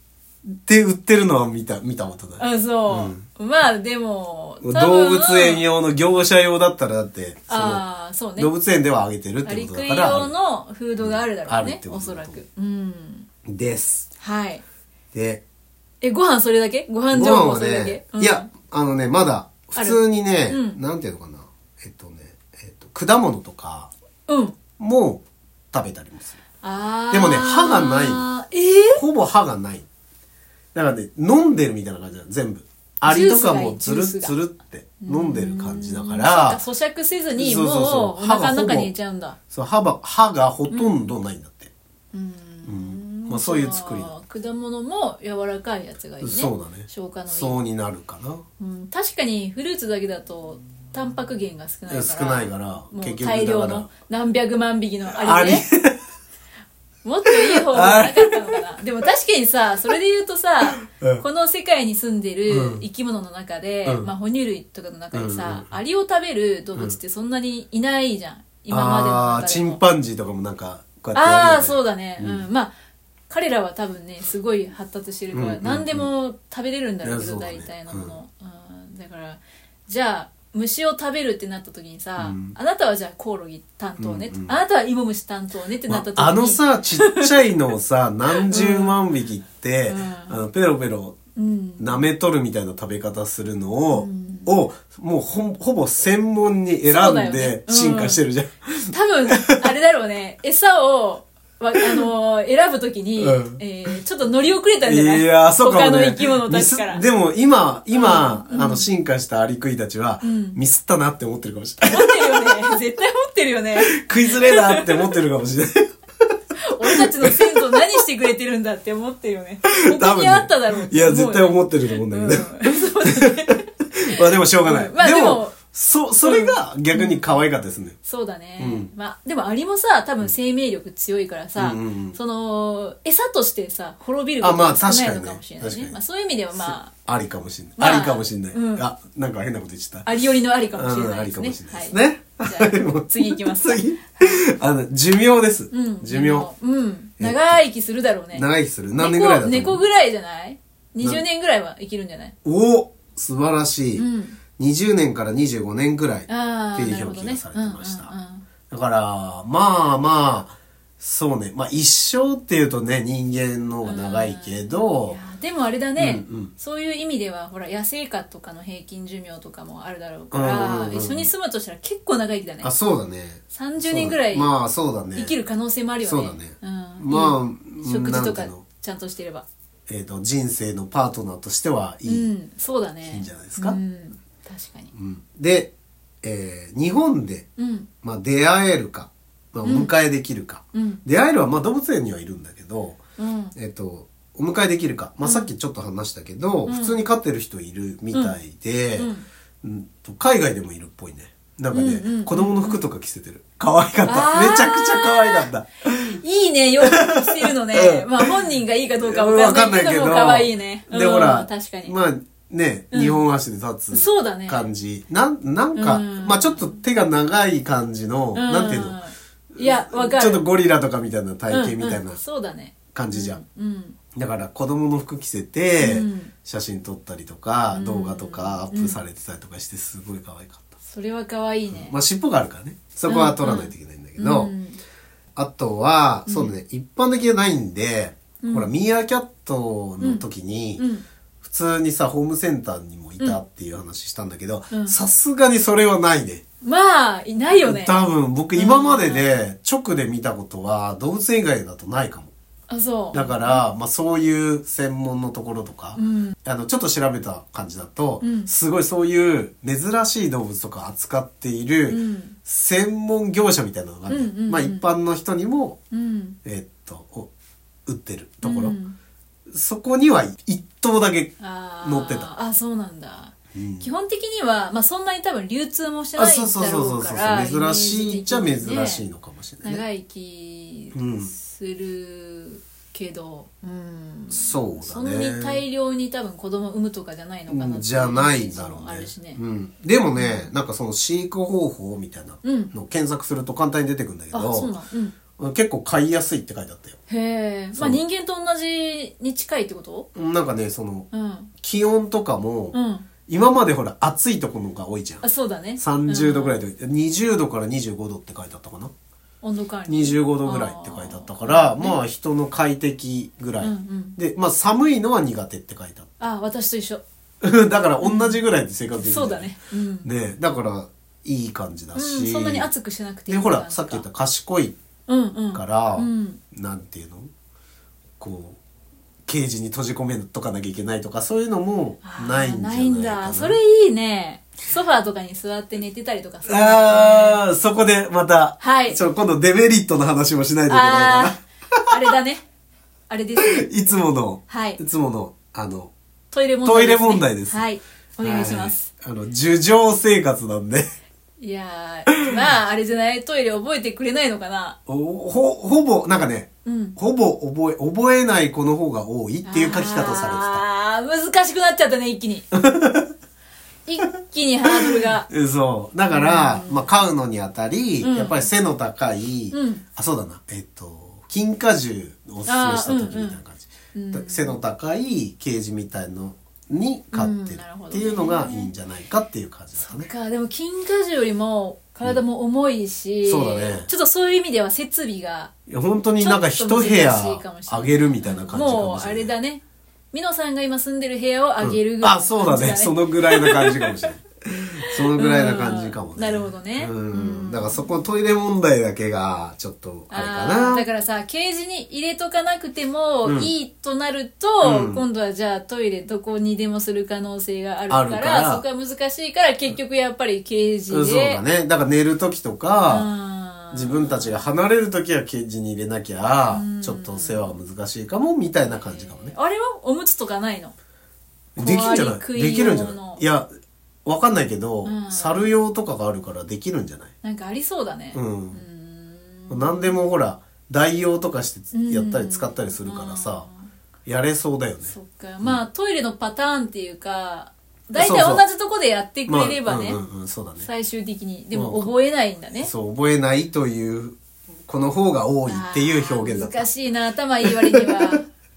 S2: で売ってるのは見た見たことない
S3: あそう、まあでも多分
S2: 動物園用の業者用だったらだってその
S3: ああそうね
S2: 動物園ではあげてるっ
S3: ア
S2: て
S3: リ
S2: こ
S3: ク
S2: と
S3: イ
S2: だから
S3: 用のフードがあるだろう
S2: あるっ
S3: ね
S2: てこ
S3: お
S2: と
S3: そ
S2: だ
S3: ら
S2: と
S3: くうん
S2: です
S3: はい
S2: で
S3: えご飯それだけご飯
S2: ご
S3: 情
S2: 飯
S3: 報
S2: は
S3: それだけ、
S2: ね、
S3: うん
S2: いやあのねまだ普通にね、
S3: あるうん
S2: なんていうのかなえっとね、えっと、果物とか
S3: うん
S2: も食べたりもする
S3: ああ
S2: でもね歯がないの
S3: ええ
S2: ほぼ歯がないだからね飲んでるみたいな感じなの全部アリとかもつる
S3: ジュースが
S2: つるって飲んでる感じだか
S3: あ
S2: ら
S3: 咀嚼せずに
S2: そう
S3: もう
S2: そうそう
S3: お腹の中に入れちゃうんだ
S2: そう歯ば歯がほとんどないんだって、
S3: うん
S2: まあ、そういう作りだ
S3: あー果物も柔らかいやつがいいね
S2: そうだね
S3: 消化のいい
S2: そうになるかな
S3: うん、確かにフルーツだけだとタンパク源が少ないから
S2: 少ないから
S3: も
S2: 結
S3: う
S2: 局
S3: 大量
S2: だから
S3: の何百万匹のアリね
S2: アリ
S3: (laughs) もっといい方がなかったのか
S2: (laughs)
S3: なでも確かにさそれで言うとさ、
S2: うん
S3: この世界に住んで
S2: う
S3: る
S2: ん
S3: 生き物の中で、
S2: うん
S3: まあ、哺乳類とかの中で
S2: うんうん
S3: さ、アリを食べる動物ってそんなにいないじゃん今までの
S2: あ
S3: 中で
S2: あー
S3: も
S2: チンパンジーとかもなんかこうやってやるよね
S3: ああそうだねうん、まあ彼らは多分ねすごい発達してるから、
S2: うんうんうん
S3: 何でも食べれるんだろうけど
S2: いやそうだね
S3: 大体のもの、うんだからじゃあ虫を食べるってなった時にさ、
S2: うん
S3: あなたはじゃあコオロギ担当ね、
S2: うんうん
S3: あなたはイモムシ担当ねってなった時に、
S2: まああのさちっちゃいのを
S3: (laughs)
S2: さ何十万匹って、
S3: う
S2: あ
S3: ん
S2: のペロペロ
S3: うん
S2: 舐めとるみたいな食べ方するのを、をもうほほぼ専門に
S3: そ
S2: 選
S3: うんだよ
S2: で
S3: ねうん
S2: 進化してるじゃん、
S3: 多分あれだろうね餌をわあ
S2: (laughs)
S3: のー選ぶ時に、
S2: うん
S3: えーちょっと乗り遅れたんじゃない
S2: いやーそうかも
S3: 他の
S2: ね
S3: 生き物たちか
S2: ミ
S3: ら
S2: スでも今今、あの進化したアリクイたちは、
S3: ん
S2: ミスったなって思ってるかもしれない (laughs)
S3: 持ってるよね絶対持ってるよね
S2: 食いずれだって思ってるかもしれ
S3: (laughs)
S2: ない
S3: 俺たちの先祖何してくれてるんだって思ってる
S2: (laughs)
S3: よね。本
S2: 多
S3: 当
S2: 分、
S3: にあっただろうって
S2: いや絶対
S3: っ
S2: 思ってると思うんだ
S3: て
S2: けど、
S3: うん (laughs) そうだね。
S2: (laughs) まあでもしょうがない、
S3: うんまあ
S2: でも
S3: でも
S2: そそれが逆に可愛かったですね、
S3: そうだね。
S2: うん
S3: まあ、でもアリもさ、多分生命力強いからさ、
S2: うんうんうん
S3: その、餌としてさ、滅びること
S2: あまあ
S3: が少ない
S2: 確かに
S3: の
S2: ね
S3: かもしれない
S2: 確
S3: ね。
S2: か
S3: ま
S2: に
S3: あ、そういう意味ではま
S2: ありかもしれない、
S3: まあ
S2: ありかもしれない、
S3: うん
S2: あなんか変なこと言っちゃっ
S3: あ、アリよりのアリか
S2: た
S3: もしれな
S2: あ
S3: い
S2: り
S3: です
S2: かも
S3: ね
S2: しれ。ないです
S3: は
S2: ね、
S3: い。じゃあ次行きますか
S2: (laughs) 次あの寿命です、
S3: うん。
S2: 寿命
S3: うん。長生きするだろうね。
S2: 長生きする何年ぐらいだと思う
S3: 猫猫ぐらいじゃない20年ぐらいは生きるんじゃない
S2: お素晴らしい、
S3: うん
S2: 20年から25年ぐらいって
S3: ああ、
S2: い
S3: な
S2: う表
S3: るほど
S2: 記が
S3: ね。
S2: されてました、
S3: うんうんうん
S2: だからまあまあそうねまあ一生っていうとね人間の方が長いけど、
S3: いやでもあれだね、
S2: うんうん
S3: そういう意味ではほら野生化とかの平均寿命とかもあるだろうか
S2: うん
S3: ら、
S2: うんうん
S3: 一緒に住むとしたら結構長生きだね
S2: あそうだね
S3: 30年ぐらい
S2: そうだまあそうだね
S3: 生きる可能性もあるよね
S2: そうだね
S3: うん、
S2: まあ
S3: いい食事と
S2: な
S3: か
S2: んていうの
S3: ちゃんとしてれば
S2: えー、と人生のパートナーとしてはいい、
S3: うんそうだね
S2: いいんじゃないですか
S3: うん、確かに
S2: うんで、えー日本で、
S3: うん
S2: まあ、出会えるか、まあ、お迎えできるか、
S3: うん
S2: 出会えるは、まあ、動物園にはいるんだけど、
S3: うん
S2: えっとお迎えできるか、まあ、さっきちょっと話したけど、普通に飼ってる人いるみたいで、
S3: うん
S2: うんと海外でもいるっぽいねなんかね、
S3: うんうんうんうん
S2: 子供の服とか着せてる可愛かった
S3: あー
S2: めちゃくちゃ可愛かった
S3: いいね、よくしてるのね。
S2: (laughs) うん
S3: まあ本人がいいかどうかわ
S2: わ
S3: か
S2: か
S3: ん
S2: んな
S3: な
S2: いい
S3: け
S2: け
S3: ど、
S2: ど
S3: 可愛いね。
S2: で
S3: うん
S2: ほら
S3: 確かに。
S2: まあね
S3: うん
S2: 二本足で立つ
S3: そうだね
S2: 感じ、なんなんか、
S3: うん
S2: まあちょっと手が長い感じの、
S3: うん
S2: なんていうの
S3: いや、わかる。
S2: ちょっとゴリラとかみたいな体型みたい
S3: うんう
S2: なん
S3: そうだね。
S2: 感じじゃん、
S3: うん。
S2: だから子供の服着せて
S3: うん
S2: 写真撮ったりとか、
S3: うん
S2: 動画とかアップされてたりとかしてすごい可愛かった、
S3: それは可愛いね。
S2: まあ尻尾があるからねそこは撮らないといけないんだけど、
S3: うん
S2: あとはそうね、一般的じゃないんで、ほらミーアキャットの時に、
S3: うん。
S2: 普通にさホームセンターにもいたっていう話したんだけど
S3: うん
S2: さすがにそれはないね
S3: まあ、いないよね。
S2: 多分僕今までで直で見たことは動物園以外だとないかも
S3: あ、そう。
S2: だから、まあ、そういう専門のところとか、
S3: うん。
S2: あのちょっと調べた感じだと、
S3: うん
S2: すごいそういう珍しい動物とか扱っていうる
S3: ん。
S2: 専門業者みたいなのが、ね
S3: うんうんうん
S2: まあ、一般の人にも、
S3: うん。
S2: えっとお売ってるところ、
S3: うん
S2: そこには一頭だけ、
S3: あー
S2: 乗ってた
S3: あ、そうなんだ。
S2: うん
S3: 基本的には、まあそんなに多分流通もしてな
S2: あ
S3: い
S2: そうそう
S3: だ
S2: そう
S3: ろ
S2: そう
S3: う
S2: そ
S3: か
S2: う
S3: ら。
S2: 珍しいっちゃ珍しい
S3: の。
S2: のかもしれない、ね
S3: 長生き
S2: うん
S3: するけど、うん。
S2: そうだね
S3: そんなに大量に多分子供産むとかじゃないのかなってう
S2: じゃないんだろう
S3: イメージも
S2: ね
S3: あるしね。
S2: うん、でもねなんかその飼育方法みたいな
S3: うん
S2: のを検索すると簡単に出てくるんだけ
S3: あ、そう
S2: ど
S3: なん。うん。
S2: 結構飼いやすいって書いてあったよ
S3: へえ。ま
S2: そ
S3: あ
S2: う
S3: 人間と同じに近いってこと
S2: なんかねその
S3: うん。
S2: 気温とかも、
S3: うん。
S2: 今までほら暑いところが多いじゃん
S3: あ、そうだね。
S2: 30度ぐら
S3: い。
S2: いとか、20度から25度って書いてあったかな
S3: 温度管理。
S2: 25度ぐらいって書いてあったから
S3: あー
S2: まあ人の快適ぐらい、
S3: うんうん
S2: でまあ寒いのは苦手って書いてあっ
S3: あ、私と一緒。
S2: た (laughs) だから同じぐらいで生活できる
S3: そうだね。うん。
S2: ねだからいい感じだ
S3: うん、
S2: し、
S3: そんなに熱くしなくていい
S2: でほ
S3: って
S2: ら
S3: 感じ
S2: さ
S3: か
S2: っき言った賢い
S3: うんうん
S2: から、
S3: うん
S2: なんていうのこうケージに閉じ込めとかなきゃいけないとかそういうのも
S3: あー
S2: ないんじゃないかな
S3: ないんだそれいいねソファーとかに座って寝てたりとかするあ
S2: ああ、そこでまた、
S3: はい
S2: ちょ、今度デメリットの話もしないといけない
S3: あ
S2: か
S3: ーあれだねあれですね
S2: (laughs) な。いつもの、
S3: はい
S2: つもの、あの、
S3: トイレ問題です、ね、
S2: トイレ問題です
S3: はいお願いします、
S2: はい。あの、樹上生活なんで、
S3: い、やーまああれじゃないトイレ覚えてくれないのかな
S2: おほ、ほぼ、なんかね、
S3: うん
S2: ほぼ覚え、覚えない子の方が多いっていう書き方さ
S3: あー難しくなっちゃったね一
S2: (laughs)
S3: 気に一気にハードルが
S2: れてた。そう。だから、まあ、飼うのにあたり、
S3: うん
S2: やっぱり背の高い、
S3: うん
S2: あ、そうだな、えっと、金華樹をおすすめした時みたいな感じ。だ背の高いケージみたいのに飼ってるっていうのがいいんじゃないかっていう感じだったね。
S3: かでも金華樹よりも体も重いし、
S2: うんそうだね
S3: ちょっとそういう意味では設備が
S2: いや本当になんか一部屋あげるみたいな感じか
S3: も
S2: も
S3: う
S2: し
S3: あ
S2: れ
S3: れ
S2: ない。
S3: だね美濃さんが今住んでる部屋をあげるぐらい
S2: あ、
S3: の
S2: そうだ
S3: 感じ
S2: ね。そのぐらいな感じかもしれない。そのぐらいな感じかも
S3: う
S2: ね。
S3: んなるほどね
S2: うん。だからそこのトイレ問題だけが、ちょっと、あれ
S3: あーだ
S2: か
S3: か
S2: な。
S3: らさケージに入れとかなくても
S2: うん
S3: いいとなると、
S2: うん
S3: 今度はじゃあトイレどこにでもする可能性がある
S2: あ
S3: か
S2: る
S3: ら
S2: から
S3: そこは難しいから結局やっぱりケージで、
S2: そうだね。だから寝る時とか、
S3: あー
S2: 自分たちが離れる時はケージに入れなきゃ、ちょっと世話が難しいかも、みたいな感じかもね。
S3: あれはおむつとかないの
S2: できんじゃ
S3: 小
S2: な
S3: 割
S2: い
S3: り食
S2: でき
S3: い用の
S2: るんじゃないいや、わかんないけど、
S3: うん
S2: 猿用とかがあるからできるんじゃない
S3: なんかありそうだね
S2: うん。何でもほら、代用とかしてやったり使ったりするからさ、やれそうだよね。
S3: そっかまあ、トイレのパターンっていうか大
S2: そうそう
S3: 体同じとこでやってく
S2: まあ
S3: れればね
S2: うんうんうん、そうだね。
S3: 最終的にでも
S2: うん
S3: 覚えないんだね
S2: そう、覚えないという、この方が多いっていう表現だっ
S3: あー難
S2: た。
S3: しいな頭いい割には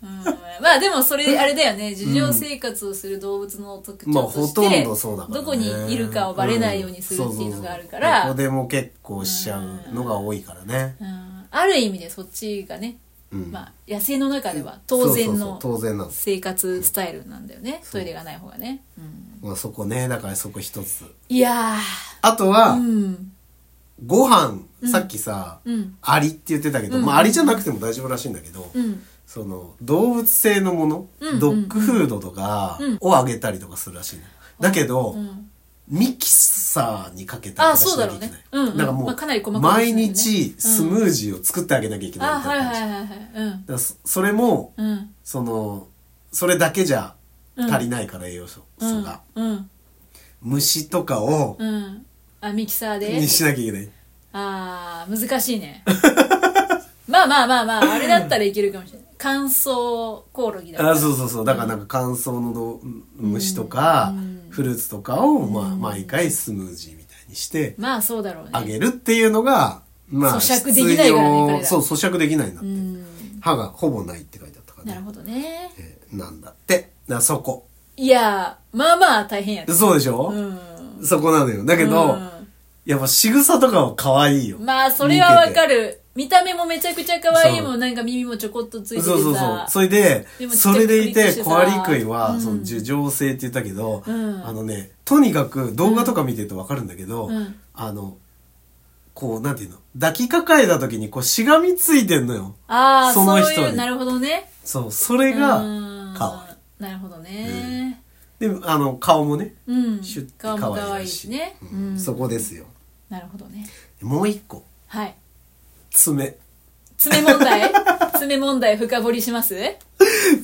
S3: うんまあでもそれあれだよね事情生活をする動物の特
S2: まあ
S3: 徴と
S2: ほ
S3: し
S2: とん
S3: て
S2: どそうだから、ね。
S3: どこにいるかをバレないようにするっていうのがあるから、
S2: うんそうそうそうどこでも結構しちゃうのが多いからね。
S3: うんある意味でそっちがね、
S2: うん
S3: まあ、野生の中では当然
S2: そうそうそう
S3: の
S2: 当然なの。
S3: 生活スタイルなんだよねト
S2: そう
S3: イレがない方がね、うん
S2: まあそこね、だからそこ一つ。
S3: いや
S2: あとは、
S3: ーうん
S2: ご飯、さっきさ、
S3: うん
S2: アリって言ってたけど、
S3: うん
S2: まあアリじゃなくても大丈夫らしいんだけど、
S3: うん
S2: その動物性のもの、
S3: うん
S2: ドッグフードとか
S3: うん
S2: をあげたりとかするらしいの。だけど、
S3: うん
S2: ミキサーにかけたりとかしなきゃいけない
S3: あ。そうだろうねうんうん
S2: なんかもう、
S3: まあかなり細かくです
S2: 毎
S3: ね
S2: 日スムージーを作ってあげなきゃいけない
S3: あ
S2: みた
S3: はいい
S2: な感
S3: は
S2: じ。
S3: いはいはいうん
S2: だからそそれも、
S3: うん
S2: その、それだけじゃ足りないから栄養素
S3: うん
S2: が。
S3: うん
S2: 虫とかを
S3: うん。あ、ミキサーで
S2: に。しなきゃいけない。
S3: あー、難しいね。まあまあまあまあ、あれだったらいけるかもしれない。乾燥コオロギだから
S2: あそうそうそうだからなんか乾燥のど、虫とか、フルーツとかを、まあ、毎回スムージーみたいにして
S3: まあそうだろうね。
S2: あげるっていうのが、まあ
S3: 咀嚼できないからね
S2: 必要
S3: 彼ら
S2: そう咀嚼できないんだって、
S3: うん。
S2: 歯がほぼないって書いてあったから、
S3: なるほどね。
S2: えーなんだってだからそこ
S3: いやー、まあまあ大変やね
S2: そうでしょ、
S3: うん。
S2: そこなのよだけど、やっぱ仕草とかは可愛いよ
S3: うんまあそれはわか
S2: る
S3: る。見た目もめちゃくちゃ可愛い
S2: そ
S3: もん、なんか耳もちょこっとついてて
S2: そ
S3: さ。
S2: うそうそうそれで
S3: でもちっち
S2: そ
S3: ゃく
S2: れでい
S3: クリックしててさ
S2: コアリクイは、
S3: うん
S2: その樹状性って言ったけど、
S3: うん
S2: あのねとにかく動画とか見てると分かるんだけど、
S3: うん
S2: あのこうなんていうの抱きかかえた時にこうしがみついてんのよ
S3: ああ、
S2: そ
S3: そ
S2: の
S3: う
S2: 人に
S3: いう、なるほどね。
S2: そうそれが
S3: うん
S2: 可愛い
S3: なるほどね。
S2: でもあの顔もね、
S3: うん
S2: シュッて。
S3: 顔も可
S2: 可愛
S3: 愛
S2: い
S3: い
S2: し
S3: しね。う
S2: うん
S3: ん
S2: そこですよ
S3: なるほどね。
S2: もう一個
S3: はい。
S2: 爪 (laughs)
S3: 爪問題爪問題深掘りします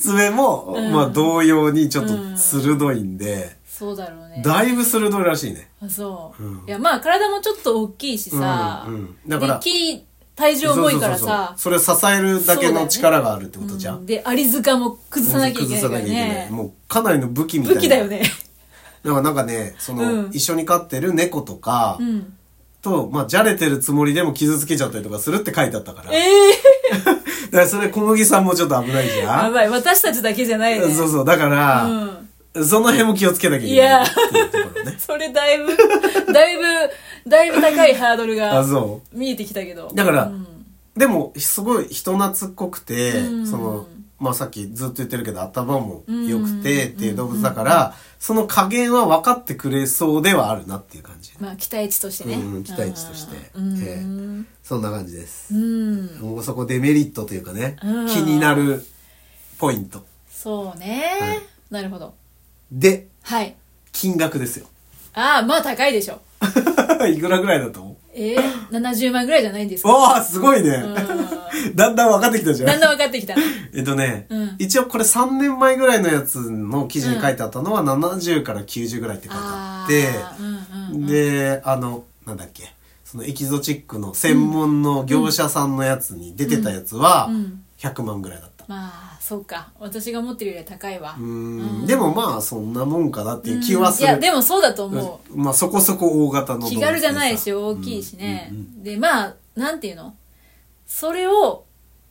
S2: 爪も、
S3: うん
S2: まあ同様にちょっと鋭いんで、
S3: そうだろうね。
S2: だいぶ鋭いらしいね
S3: あそう、
S2: うん
S3: いや、まあ体もちょっと大きいしさ。
S2: うんうんだから
S3: で、木、体重重いからさ。
S2: そうそうそうそれを支えるだけの力があるってことじゃん、
S3: うんで、アリ塚も崩さなきゃいけないか
S2: 崩さ
S3: ら
S2: なきゃいけな
S3: ね
S2: い。もうかなりの武器みたいな
S3: 武器だよね。
S2: だからなんかねその、
S3: うん
S2: 一緒に飼ってる猫とか、
S3: うん。
S2: と、まあ、じゃれてるつもりでも傷つけちゃったりとかするって書いてあったから。
S3: え
S2: だからそれ小麦さんもちょっと危ないじ
S3: ー、
S2: ゃ
S3: や
S2: ん
S3: ばい。私たちだけじゃない
S2: (laughs)
S3: ね。
S2: そうそう。だから、
S3: うん。
S2: その辺も気をつけなきゃい
S3: い
S2: けない
S3: や
S2: っていうところね。
S3: それだいぶ、だいぶ、だいぶ高いハードル
S2: あ、
S3: が
S2: そ
S3: 見えてきたけど。
S2: う。だから、
S3: うん
S2: でも、すごい人懐っこくて、
S3: ん
S2: その、まあ、さっきずっと言ってるけど、頭も良くてっていう動物だから、その加減は分かってくれそうではあるなっていう感じ。
S3: まあ、期待値としてね。
S2: うんうん期待値として
S3: うん。
S2: ええそんな感じです。
S3: うん。
S2: もうそこデメリットというかね、
S3: うん
S2: 気になるポイント。
S3: そうね、
S2: はい
S3: なるほど。
S2: で、
S3: はい。
S2: 金額ですよ。 (laughs)
S3: ああ、まあ高いでしょ。
S2: いくらぐらいだと思う
S3: えー、70万ぐらいじゃないんですか
S2: おーすごいね、 (laughs) だんだん分かってきたじゃん。
S3: だんだん分
S2: (laughs)
S3: かってきたな。
S2: えっとね、
S3: うん
S2: 一応これ3年前ぐらいのやつの記事に書いてあったのは70から90ぐらいって書いてあ
S3: あ
S2: って、
S3: あ、うんうん。
S2: で、あの、なんだっけ、そのエキゾチックの専門の業者さんのやつに出てたやつは
S3: うんうん、
S2: 100万ぐらいだった。
S3: まあ、そうか。私が持ってるよりは高いわ。
S2: うーん、でもまあそんなもんかなっていう気はする。
S3: いや、でもそうだと思う。
S2: まあそこそこ大型の動物で
S3: 気
S2: さ。
S3: 軽じゃないし、大きいしね。で、まあ、なんていうのそれを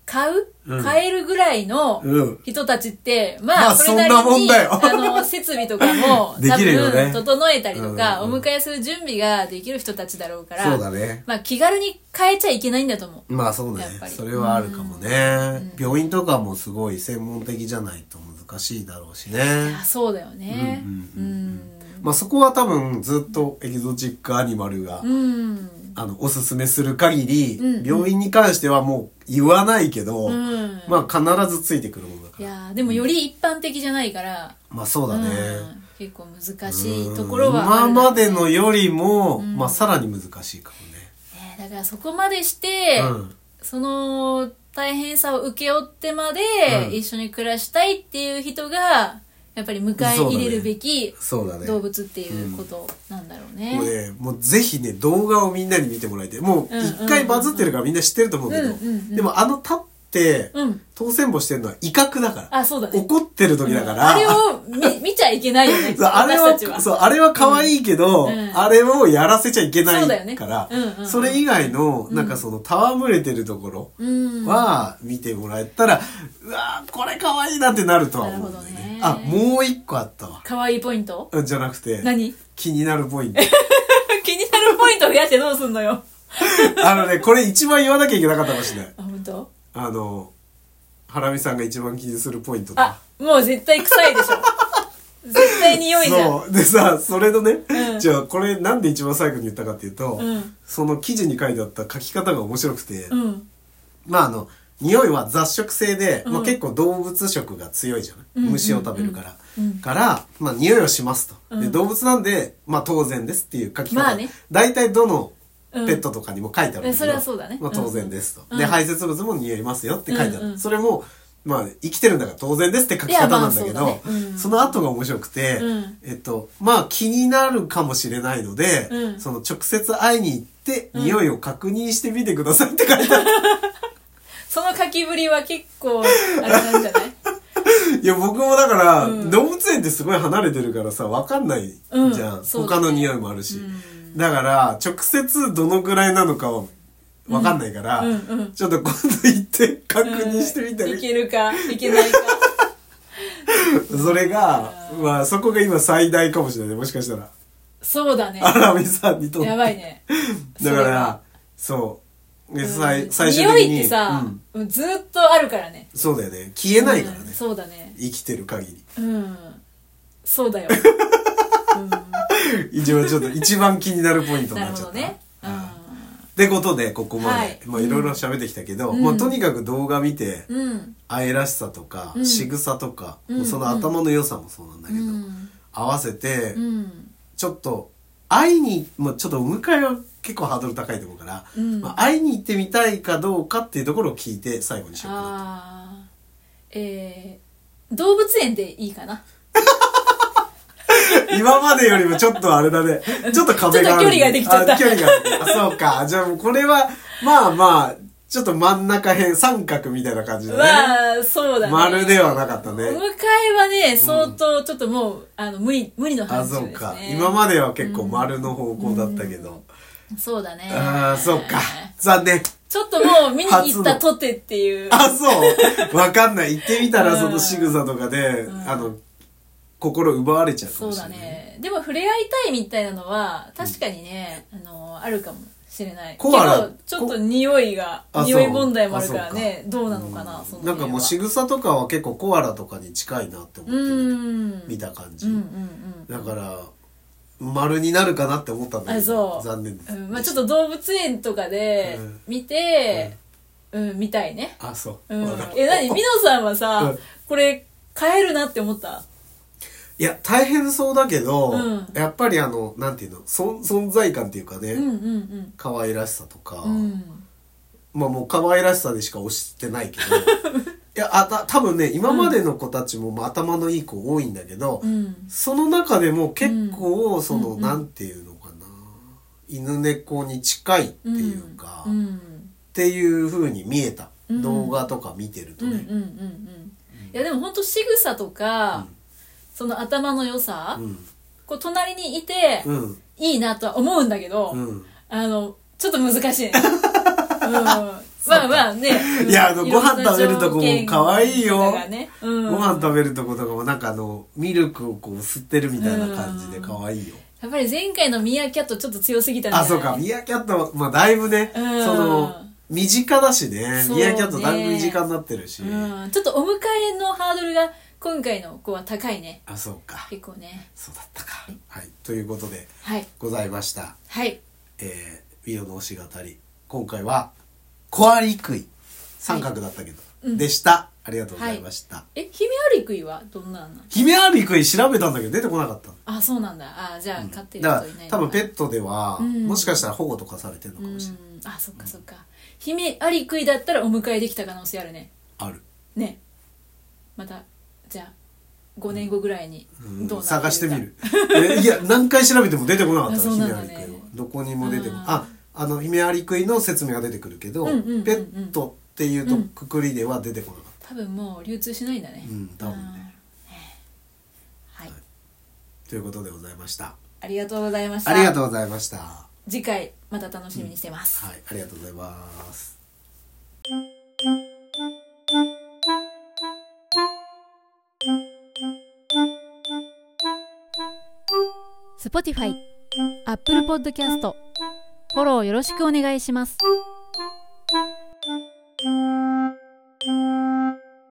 S3: 買う、
S2: うん
S3: 買えるぐらいの
S2: うん
S3: 人たちって、
S2: ま
S3: ま
S2: あ
S3: あ、それなり
S2: そんなもん
S3: に、
S2: だよ、
S3: あの、設備とかも
S2: (laughs) できるよね
S3: 多分、整えたりとか、
S2: うん
S3: お迎えする準備ができる人たちだろうから、
S2: そうだね。
S3: まあ、気軽に買えちゃいけないんだと思う。
S2: まあそうね
S3: やっぱ。り
S2: それはあるかもね。病院とかもすごい専門的じゃないと難しいだろうしね。
S3: あそうだよね。うん。
S2: まあそこは多分ずっとエキゾチックアニマルが、
S3: うん。
S2: あの、おすすめする限り、
S3: うんうん
S2: 病院に関してはもう言わないけど、
S3: うん。
S2: まあ必ずついてくるものだか
S3: い
S2: ら。
S3: やーでもより一般的じゃないから、
S2: まあそうだね。
S3: うん結構難しいところはあ
S2: 今
S3: る
S2: までのよりも、まあさらに難しいかもね。
S3: ねだからそこまでして、
S2: うん
S3: その大変さを請け負ってまで
S2: うん
S3: 一緒に暮らしたいっていう人がやっぱり迎え入れるべき
S2: そうだね。
S3: 動物っていうことなんだろうね
S2: もうね、もうぜひね、動画をみんなに見てもらいたい。もう
S3: うんうん
S2: 一回バズってるからみんな知ってると思うけど、
S3: うんうんうん
S2: でもあの立って、
S3: うん
S2: 当選簿してるのは威嚇だから。
S3: あそうだね
S2: 怒ってる時だから。
S3: あれを
S2: (laughs)
S3: 見見ちゃいけないよね
S2: そうあれ
S3: 私た
S2: は
S3: ちは
S2: そう、あれは可愛いけど、
S3: うんうん
S2: あれをやらせちゃいけな
S3: そうだよ
S2: い
S3: ね
S2: から、
S3: うんうんうん
S2: それ以外の、なんかその、戯れてるところ
S3: うん
S2: は見てもらえたら、うわーこれ可愛いなってなるとは思うんだよね。
S3: なる
S2: あ
S3: ほど、ね
S2: もう一個あったわ。
S3: 可愛いポイント
S2: うんじゃなくて、
S3: 何 (laughs)
S2: 気になるポイント。
S3: 気になるポイント増やしてどうすんのよ
S2: (laughs) あのね、これ一番言わなきゃいけなかったかもしれない。
S3: あ本当
S2: あの、ハラミさんが一番気にするポイントと
S3: あ、もう絶対臭いで
S2: (laughs)
S3: しょ。絶対匂いじゃん。
S2: そう。でさ、それのね、
S3: うん
S2: じゃあこれなんで一番最後に言ったかっていうと、
S3: うん
S2: その記事に書いてあった書き方が面白くて、
S3: うん。
S2: まああの、匂いは雑食性で、
S3: うん
S2: まあ、結構動物食が強いじゃない、
S3: んうんうん
S2: 虫を食べるから。
S3: うん
S2: から、まあ匂いをしますと、
S3: う
S2: で。
S3: ん
S2: 動物なんで、まあ当然ですっていう書き方。
S3: まあね
S2: 大体どのペ
S3: うん
S2: ットとかにも書いてあるんだけど、
S3: えそれはそうだね
S2: まあ
S3: うん
S2: 当然ですと。
S3: うん
S2: で、排泄物も匂いますよって書いてある。
S3: うんうん
S2: それも、まあ、生きてるんだから当然ですって書き方なんだけど、
S3: いやまあそうだねうん
S2: その後が面白くて、
S3: うん
S2: えっと、まあ気になるかもしれないので、
S3: うん
S2: その直接会いに行って、匂いを確認してみてくださいって書いてある。
S3: その書きぶりは結構、あれなんじゃない
S2: いや、僕もだから、
S3: うん
S2: 動物園ってすごい離れてるからさ、わかんないじゃん。
S3: うんそうだね
S2: 他の匂いもあるし。
S3: うん
S2: だから、直接どのぐらいなのかはわかんないから、
S3: うんうん
S2: ちょっと今度行って確認してみたり、
S3: いけるか、いけ
S2: (laughs)
S3: ないか。
S2: それが、まあそこが今最大かもしれないね、もしかしたら。
S3: そうだね。
S2: 荒海さんにとって。
S3: やばいね。
S2: だか
S3: それは
S2: ら、そう。で、
S3: う
S2: 最
S3: ん
S2: 最終的
S3: 匂
S2: に。
S3: いってさ
S2: うん、
S3: うんずっとあるからね。
S2: そうだよね。消えないから
S3: うん
S2: ね。
S3: そうだね。
S2: 生きてる限り。
S3: うん。そ
S2: (laughs)
S3: うだよ。
S2: 一番ちょっと、一番気になるポイントにな
S3: なる
S2: っ
S3: ほ
S2: ちゃ
S3: ど
S2: った。
S3: ね。うん
S2: ってことで、ここまで。
S3: はい
S2: まあいろいろ喋ってきたけど、
S3: うん
S2: まあとにかく動画見て、
S3: うん。
S2: 愛らしさとか、
S3: うん
S2: 仕草とか、
S3: うん
S2: その頭の良さもそうなんだ
S3: う
S2: けど、
S3: ん。
S2: 合わせて、
S3: うん。
S2: ちょっと、会いに、まあちょっとお迎えは結構ハードル高いと思うから、
S3: うん
S2: まあ会いに行ってみたいかどうかっていうところを聞いて最後にしようかなと。
S3: ああ。えー、動物園でいいかな。
S2: 今までよりもちょっとあれだ
S3: (laughs)
S2: ね。ちょっと壁がある、
S3: ちょっと距離ができちゃった
S2: あ距離があるあそうか。じゃあもうこれは、まあまあ、ちょっと真ん中辺、三角みたいな感じだね。
S3: まあ、そうだね。
S2: 丸ではなかった
S3: お
S2: ね
S3: 迎。えはね、相当ちょっともう、あの、無理、無理の
S2: あ、
S3: 話です
S2: そ
S3: ね。
S2: うか。今までは結構丸の方向だったけど。
S3: そうだね。
S2: ああ、そうか。残念。
S3: ちょっともう見に行ったとてっていう。
S2: あ、そう。わかんない。行ってみたら
S3: うん
S2: その仕草とかで、
S3: ん
S2: あの、心奪われちゃうか
S3: そ
S2: も
S3: う
S2: しれ
S3: だ
S2: ない。
S3: ね。でも触れ合いたいみたいなのは、確かにね、あの、あるかもしれない。け
S2: コアラ
S3: ど、ちょっと匂いが
S2: あ、そう
S3: 匂い問題もあるからね、どうなのかな、その
S2: なんかもう仕
S3: ぐ
S2: 草とかは結構コアラとかに近いなって思
S3: う
S2: って
S3: ん。
S2: 見た感じ。
S3: うんうんうん。
S2: だから丸になるかなって思ったんだけ
S3: あ、
S2: ど
S3: そう。
S2: 残念です、
S3: うんまあちょっと動物園とかで
S2: うん、
S3: 見て、うん、見たいね。
S2: あそう、
S3: うん
S2: わかっ。た
S3: え、なに、みのさんは
S2: う
S3: さ
S2: ん、
S3: これ、買えるなって思った
S2: いや大変そうだけど、
S3: うん
S2: やっぱりあのなんていうの存存在感っていうかね、
S3: うんうん
S2: 可愛らしさとか、
S3: うん。うん。
S2: まあもう可愛らしさでしか推してない
S3: (laughs)
S2: けどいやあた多分ね今までの子たちも、まあ、頭のいい子多いんだけど、
S3: うん。
S2: その中でも結構その、
S3: うんうん
S2: なんていうのかな犬猫に近いっていうか、
S3: う
S2: っ
S3: ん。
S2: ていう風に見えた、
S3: うん
S2: 動画とか見てると
S3: うんうんうん
S2: ね、
S3: うんいやでも本当仕草とか、その頭の良さ、
S2: うん
S3: こう隣にいて、
S2: うん
S3: いいなとは思うんだけど、
S2: うん
S3: あのちょっと難しいね、うん、まあまあね
S2: いやあの
S3: いろんな
S2: ご飯食べるとこも可愛いよ
S3: 条件がねうん、
S2: ご飯食べるとことかもなんかあのミルクをこう吸ってるみたいな感じで可愛いよ、
S3: やっぱり前回のミーアキャットちょっと強すぎたんじゃ
S2: あ
S3: ない
S2: そうかミーアキャットまあだいぶね、
S3: うん
S2: その身近だしね
S3: そう
S2: ミ
S3: ね
S2: ーアキャットだいぶ身近になってるし、
S3: うん、ちょっとお迎えのハードルが今回の子は高いね
S2: あそうか
S3: 結構ね
S2: そうだったかはいということで
S3: はい
S2: ございました
S3: はい
S2: えー、ミオの推し語り今回はコアリクイ三角だったけど、
S3: うん
S2: でしたありがとうございました、
S3: えヒメアリクイはどんなの
S2: ヒメアリクイ調べたんだけど出てこなかった
S3: あそうなんだあじゃあ飼ってる
S2: だか
S3: 人いな
S2: ら
S3: い
S2: 多分ペ
S3: ッ
S2: ットでは、
S3: うん
S2: もしかしたら保護とかされてるのかもしれない、
S3: うんあそっかそっか姫アリクイだったらお迎えできた可能性あるね
S2: ある、
S3: ねまたじゃあ5年後ぐらいに
S2: うん
S3: どうなってる
S2: 探
S3: か
S2: してみるえいや何回調べても出てこなかった
S3: あ
S2: の
S3: そ
S2: ヒ
S3: う
S2: メ
S3: な
S2: ア
S3: ん
S2: リ
S3: だね
S2: クイはどこにも出てこ
S3: あー
S2: ああのヒメアリクイの説明が出てくるけど、
S3: うんうんうんうん
S2: ペットっていうと
S3: うん
S2: くくりでは出てこなかっ
S3: 多分もう流通しないんだね
S2: うん多分ね
S3: あーはい
S2: たということでございました
S3: ありがとうございました
S2: ありがとうございましたは
S3: 次回また楽しみにしてます、
S2: いありがとうございます
S4: Spotify、Apple Podcast、フォローよろしくお願いします。